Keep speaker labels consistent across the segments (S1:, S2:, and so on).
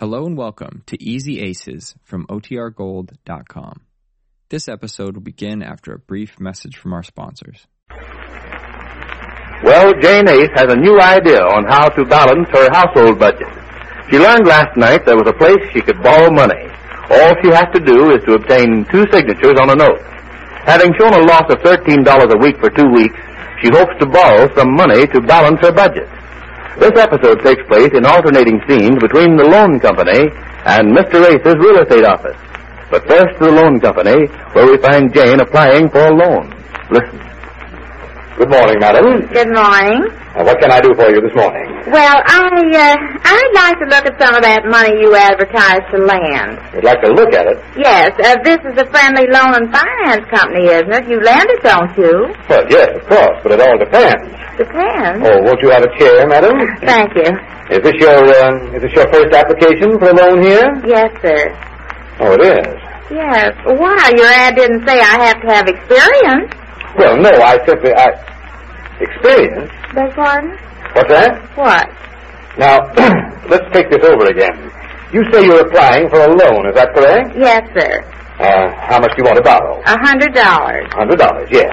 S1: Hello and welcome to Easy Aces from OTRGold.com. This episode will begin after a brief message from our sponsors.
S2: Well, Jane Ace has a new idea on how to balance her household budget. She learned last night there was a place she could borrow money. All she has to do is to obtain two signatures on a note. Having shown a loss of $13 a week for two weeks, she hopes to borrow some money to balance her budget. This episode takes place in alternating scenes between the loan company and Mr. Ace's real estate office. But first to the loan company, where we find Jane applying for a loan. Listen. Good morning, madam.
S3: Good morning.
S2: what can I do for you this morning?
S3: Well, I uh, I'd like to look at some of that money you advertised to land.
S2: I'd like to look at it.
S3: Yes, uh, this is a friendly loan and finance company, isn't it? You land it, don't you?
S2: Well, yes, of course, but it all depends.
S3: Depends.
S2: Oh, won't you have a chair, madam?
S3: Thank you.
S2: Is this your uh, is this your first application for a loan here?
S3: Yes, sir.
S2: Oh, it is.
S3: Yes. Why? Your ad didn't say I have to have experience.
S2: Well, no, I simply I experience.
S3: Beg pardon?
S2: What's that?
S3: What?
S2: Now, let's take this over again. You say you're applying for a loan, is that correct?
S3: Yes, sir.
S2: Uh, how much do you want to borrow?
S3: A hundred dollars.
S2: Hundred dollars, yes.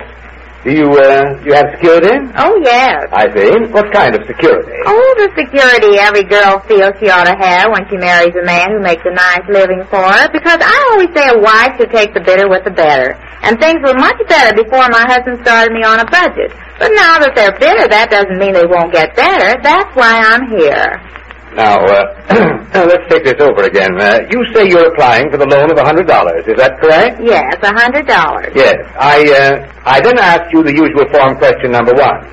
S2: Do you uh, you have security?
S3: Oh, yes.
S2: I see. What kind of security?
S3: Oh, the security every girl feels she ought to have when she marries a man who makes a nice living for her, because I always say a wife should take the bitter with the better. And things were much better before my husband started me on a budget. But now that they're bitter, that doesn't mean they won't get better. That's why I'm here.
S2: Now, uh, let's take this over again. Uh, you say you're applying for the loan of $100. Is that correct?
S3: Yes, a hundred dollars.
S2: Yes. I, uh, I then asked you the usual form question number one.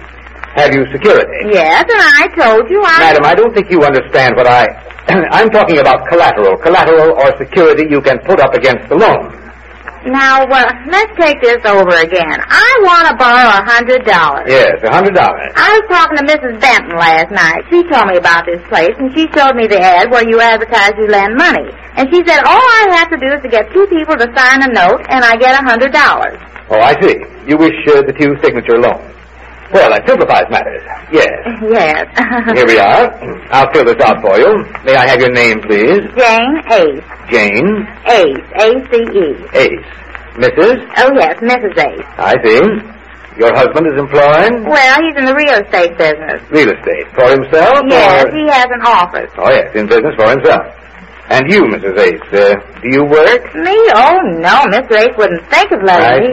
S2: Have you security?
S3: Yes, and I told you I
S2: Madam, I don't think you understand what I... I'm talking about collateral. Collateral or security you can put up against the loan.
S3: Now, uh, let's take this over again. I want to borrow a hundred dollars.
S2: Yes, $100.
S3: I was talking to Mrs. Benton last night. She told me about this place, and she showed me the ad where you advertise you lend money. And she said all I have to do is to get two people to sign a note, and I get a hundred dollars.
S2: Oh, I see. You wish uh, the two-signature loan. Well, that simplifies matters. Yes.
S3: Yes.
S2: Here we are. I'll fill this out for you. May I have your name, please?
S3: Jane Ace.
S2: Jane
S3: Ace. A C E.
S2: Ace. Mrs.?
S3: Oh yes, Mrs. Ace.
S2: I see. Your husband is employed?
S3: Well, he's in the real estate business.
S2: Real estate. For himself?
S3: Yes,
S2: Or...
S3: he has an office.
S2: Oh, yes, in business for himself. And you, Mrs. Ace, uh, do you work?
S3: Me? Oh no, Mrs. Ace wouldn't think of letting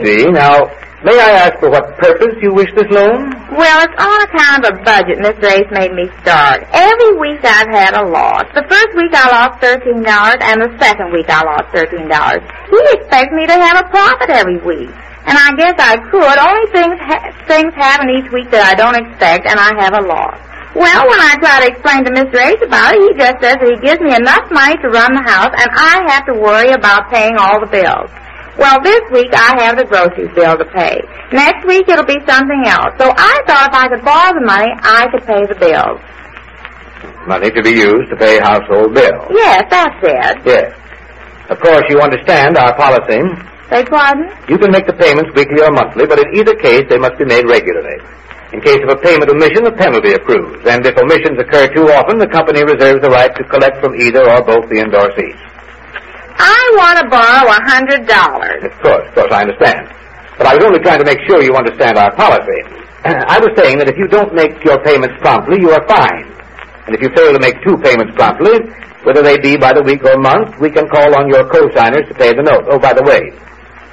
S2: I
S3: me.
S2: see. Now, may I ask for what purpose you wish this loan?
S3: Well, it's on account of a budget Mr. Ace made me start. Every week I've had a loss. The first week I lost thirteen dollars, and the second week I lost thirteen dollars. He expects me to have a profit every week, and I guess I could. Only things ha- things happen each week that I don't expect, and I have a loss. Well, when I try to explain to Mr. Ace about it, he just says that he gives me enough money to run the house, and I have to worry about paying all the bills. Well, this week I have the grocery bill to pay. Next week it'll be something else. So I thought if I could borrow the money, I could pay the bills.
S2: Money to be used to pay household bills.
S3: Yes, that's it.
S2: Yes. Of course, you understand our policy.
S3: Beg pardon?
S2: You can make the payments weekly or monthly, but in either case, they must be made regularly. In case of a payment omission, a penalty accrues, and if omissions occur too often, the company reserves the right to collect from either or both the endorsees.
S3: I want to borrow a hundred dollars.
S2: Of course, of course, I understand. But I was only trying to make sure you understand our policy. I was saying that if you don't make your payments promptly, you are fined. And if you fail to make two payments promptly, whether they be by the week or month, we can call on your co-signers to pay the note. Oh, by the way,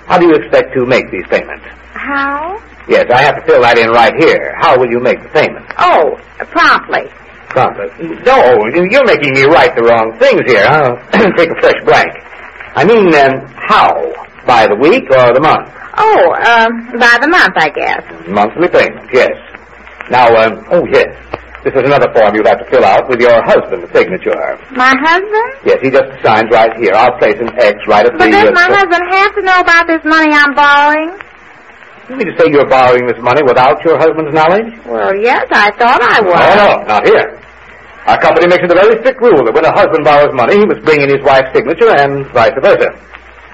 S2: how do you expect to make these payments?
S3: How?
S2: Yes, I have to fill that in right here. How will you make the payment?
S3: Oh, promptly.
S2: Promptly. No, you're making me write the wrong things here. I'll take a fresh blank. I mean, um, how? By the week or the month?
S3: Oh, um, by the month, I guess.
S2: Monthly payment, yes. Now, um, oh, yes. This is another form you'll have to fill out with your husband's signature.
S3: My husband?
S2: Yes, he just signs right here. I'll place an X right at
S3: But
S2: the...
S3: does my
S2: uh,
S3: husband have to know about this money I'm borrowing?
S2: You mean to say you're borrowing this money without your husband's knowledge?
S3: Well, yes, I thought I was.
S2: No, no, not here. Our company makes it a very strict rule that when a husband borrows money, he must bring in his wife's signature and vice versa.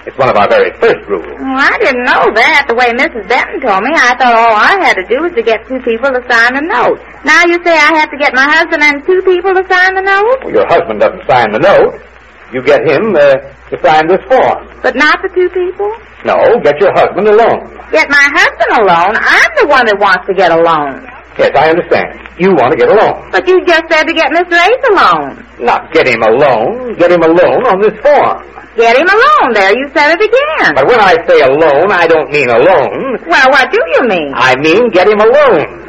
S2: It's one of our very first rules.
S3: Well, I didn't know that the way Mrs. Benton told me. I thought all I had to do was to get two people to sign the note. Now you say I have to get my husband and two people to sign the note?
S2: Your husband doesn't sign the note. You get him uh, to sign this form.
S3: But not the two people?
S2: No, get your husband alone.
S3: Yet my husband alone, I'm the one that wants to get a loan.
S2: Yes, I understand. You want to get alone.
S3: But you just said to get Mr. Ace alone.
S2: Not get him alone. Get him alone on this form.
S3: Get him alone there. You said it again.
S2: But when I say alone, I don't mean alone.
S3: Well, what do you mean?
S2: I mean get him alone.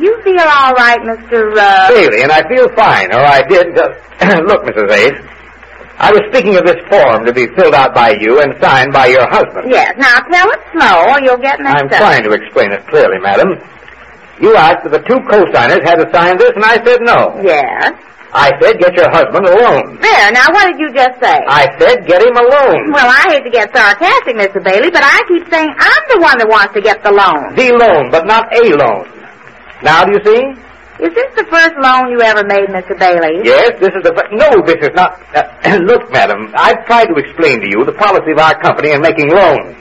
S3: You feel all right, Mr. Uh...
S2: Bailey, and I feel fine, or I did. Uh, look, Mrs. Ace, I was speaking of this form to be filled out by you and signed by your husband.
S3: Yes, now tell it slow or you'll get mixed
S2: I'm
S3: up.
S2: trying to explain it clearly, madam. You asked if the two co-signers had to sign this, and I said no.
S3: Yes.
S2: I said get your husband alone.
S3: There, now what did you just say?
S2: I said get him alone.
S3: Well, I hate to get sarcastic, Mr. Bailey, but I keep saying I'm the one that wants to get the loan.
S2: The loan, but not a loan. Now do you see?
S3: Is this the first loan you ever made, Mr. Bailey?
S2: Yes, this is the... fir- No, this is not... Uh, look, madam, I've tried to explain to you the policy of our company in making loans.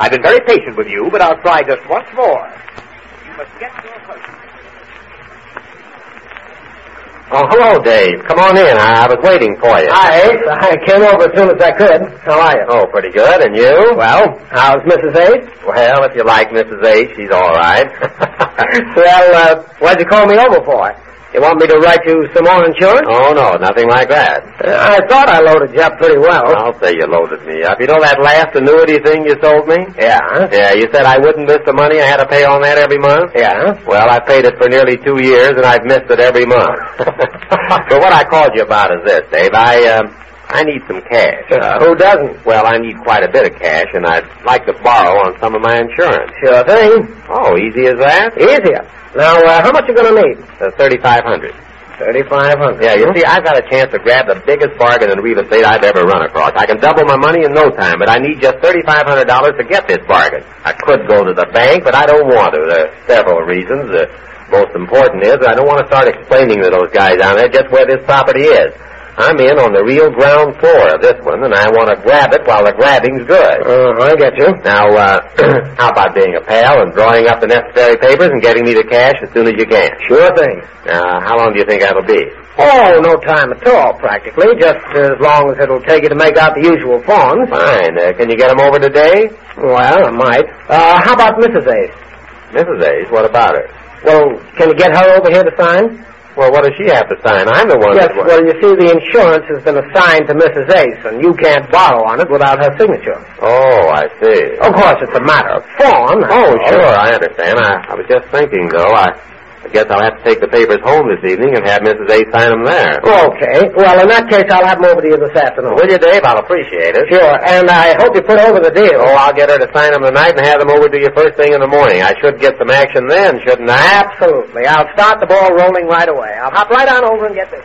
S2: I've been very patient with you, but I'll try just once more. You must get your husband.
S4: Oh, hello, Dave. Come on in. I, I was waiting for you.
S5: Hi, Ace. I came over as soon as I could. How are you?
S4: Oh, pretty good. And you?
S5: Well, how's Mrs. Ace?
S4: Well, if you like Mrs. A, she's all right.
S5: well, uh, what'd you call me over for? You want me to write you some more insurance?
S4: oh, no, nothing like that.
S5: Uh, I thought I loaded you up pretty well.
S4: I'll say you loaded me up. You know that last annuity thing you sold me?
S5: Yeah, huh?
S4: Yeah, you said I wouldn't miss the money I had to pay on that every month?
S5: Yeah.
S4: Well, I paid it for nearly two years, and I've missed it every month. but what I called you about is this, Dave. I, um, I need some cash.
S5: Uh, who doesn't?
S4: Well, I need quite a bit of cash, and I'd like to borrow on some of my insurance.
S5: Sure thing.
S4: Oh, easy as that?
S5: Easier. Now, uh, how much you gonna need?
S4: Uh, Thirty-five hundred.
S5: Thirty-five hundred.
S4: Yeah, you see, I've got a chance to grab the biggest bargain in real estate I've ever run across. I can double my money in no time, but I need just thirty-five hundred dollars to get this bargain. I could go to the bank, but I don't want to. There are several reasons. The most important is I don't want to start explaining to those guys down there just where this property is. I'm in on the real ground floor of this one, and I want to grab it while the grabbing's good.
S5: Uh, I get you.
S4: Now, uh, how about being a pal and drawing up the necessary papers and getting me the cash as soon as you can?
S5: Sure thing.
S4: Now, how long do you think that'll be?
S5: Oh, no time at all, practically. Just as long as it'll take you to make out the usual forms.
S4: Fine. Uh, can you get 'em over today?
S5: Well, I might. Uh, how about Mrs. Ace?
S4: Mrs. Ace, what about her?
S5: Well, can you get her over here to sign?
S4: Well, what does she have to sign? I'm the one
S5: Yes,
S4: that...
S5: well, you see, the insurance has been assigned to Mrs. Ace, and you can't borrow on it without her signature.
S4: Oh, I see.
S5: Of course, it's a matter of form. that's
S4: Oh,
S5: all.
S4: sure, I understand. I, I was just thinking, though, I, I guess I'll have to take the papers home this evening and have Mrs. Ace sign 'em there.
S5: Okay. Well, in that case, I'll have them over to you this afternoon.
S4: Will you, Dave? I'll appreciate it.
S5: Sure, and I hope you put over the deal.
S4: Oh, I'll get her to sign 'em tonight and have them over to you first thing in the morning. I should get some action then, shouldn't I?
S5: Absolutely. I'll start the ball rolling right away. I'll hop right on over and get this.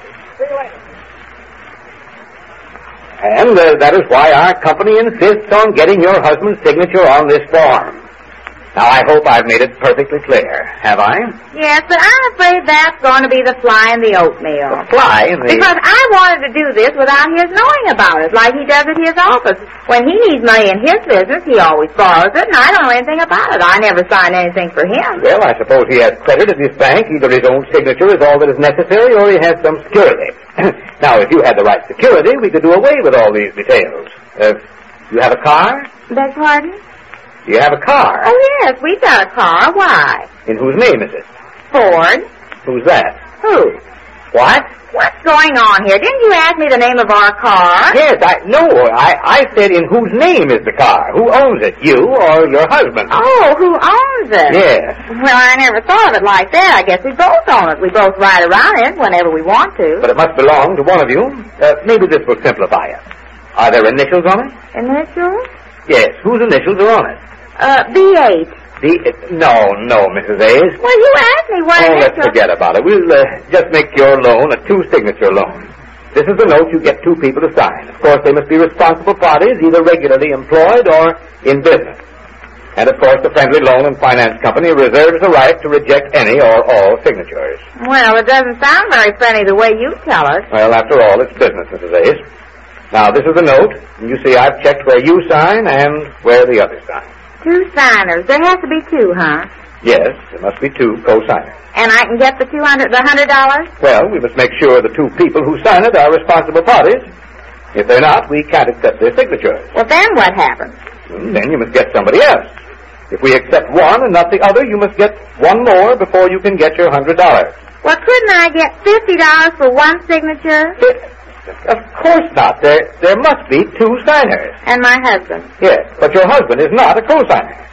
S2: And uh, that is why our company insists on getting your husband's signature on this form. Now, I hope I've made it perfectly clear. Have I?
S3: Yes, but I'm afraid that's going to be the fly in the oatmeal.
S2: Fly, the...
S3: Because I wanted to do this without his knowing about it, like he does at his office. When he needs money in his business, he always borrows it, and I don't know anything about it. I never sign anything for him.
S2: Well, I suppose he has credit at his bank. Either his own signature is all that is necessary, or he has some security. now, if you had the right security, we could do away with all these details. Uh, you have a car?
S3: Beg pardon?
S2: You have a car.
S3: Oh, yes, we've got a car. Why?
S2: In whose name is it?
S3: Ford.
S2: Who's that?
S3: Who?
S2: What?
S3: What's going on here? Didn't you ask me the name of our car?
S2: Yes, I no. I I said in whose name is the car? Who owns it? You or your husband?
S3: Oh, who owns it?
S2: Yes.
S3: Well, I never thought of it like that. I guess we both own it. We both ride around in it whenever we want to.
S2: But it must belong to one of you. Uh, maybe this will simplify it. Are there initials on it?
S3: Initials?
S2: Yes. Whose initials are on it?
S3: Uh, B8.
S2: The it, no, no, Mrs. A's.
S3: Well, you asked me what
S2: Oh, let's
S3: initials...
S2: forget about it. We'll uh, just make your loan a two-signature loan. This is the note you get two people to sign. Of course, they must be responsible parties, either regularly employed or in business. And of course, the friendly loan and finance company reserves the right to reject any or all signatures.
S3: Well, it doesn't sound very friendly the way you tell us.
S2: Well, after all, it's business, Mrs. Ace. Now, this is the note. You see, I've checked where you sign and where the others sign.
S3: Two signers. There has to be two, huh?
S2: Yes, there must be two co-signers.
S3: And I can get the two hundred, the hundred dollars?
S2: Well, we must make sure the two people who sign it are responsible parties. If they're not, we can't accept their signatures.
S3: Well, then what happens?
S2: And then you must get somebody else. If we accept one and not the other, you must get one more before you can get your hundred dollars.
S3: Well, couldn't I get fifty dollars for one signature?
S2: Of course not. There, there must be two signers.
S3: And my husband.
S2: Yes, but your husband is not a co-signer.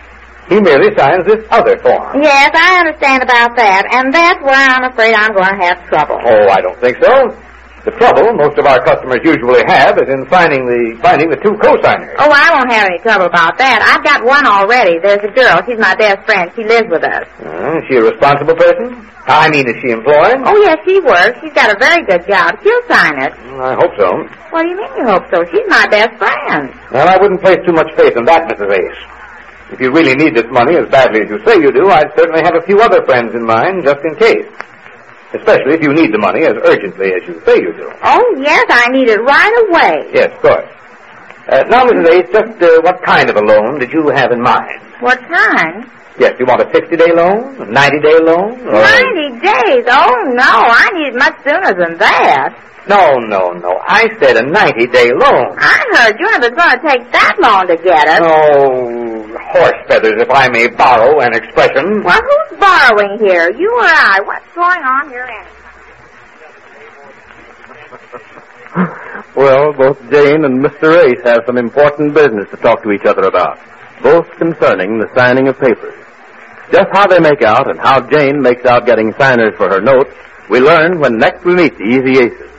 S2: He merely signs this other form.
S3: Yes, I understand about that, and that's where I'm afraid I'm going to have trouble.
S2: Oh, I don't think so. The trouble most of our customers usually have is in finding the finding the two co-signers.
S3: Oh, I won't have any trouble about that. I've got one already. There's a girl. She's my best friend. She lives with us.
S2: Hmm, is she a responsible person? I mean, is she employed?
S3: Oh, yes, she works. She's got a very good job. She'll sign it.
S2: Hmm, I hope so.
S3: What do you mean you hope so? She's my best friend.
S2: Well, I wouldn't place too much faith in that, Mrs. Ace. If you really need this money as badly as you say you do, I'd certainly have a few other friends in mind just in case. Especially if you need the money as urgently as you say you do.
S3: Oh, yes, I need it right away.
S2: Yes, of course. Uh, now, Mrs. Ace, just uh, what kind of a loan did you have in mind?
S3: What kind?
S2: Yes, you want a 60-day loan, a 90-day loan? Or...
S3: Ninety days. Oh, no, I need it much sooner than that.
S2: No, no, no. I said a 90-day loan.
S3: I heard you and it was going to take that long to get it.
S2: Oh, horse feathers, if I may borrow an expression.
S3: Well, who's borrowing here? You or I? What's going on here anyway?
S2: Well, both Jane and Mr. Ace have some important business to talk to each other about, both concerning the signing of papers. Just how they make out and how Jane makes out getting signers for her note, we learn when next we meet the Easy Aces.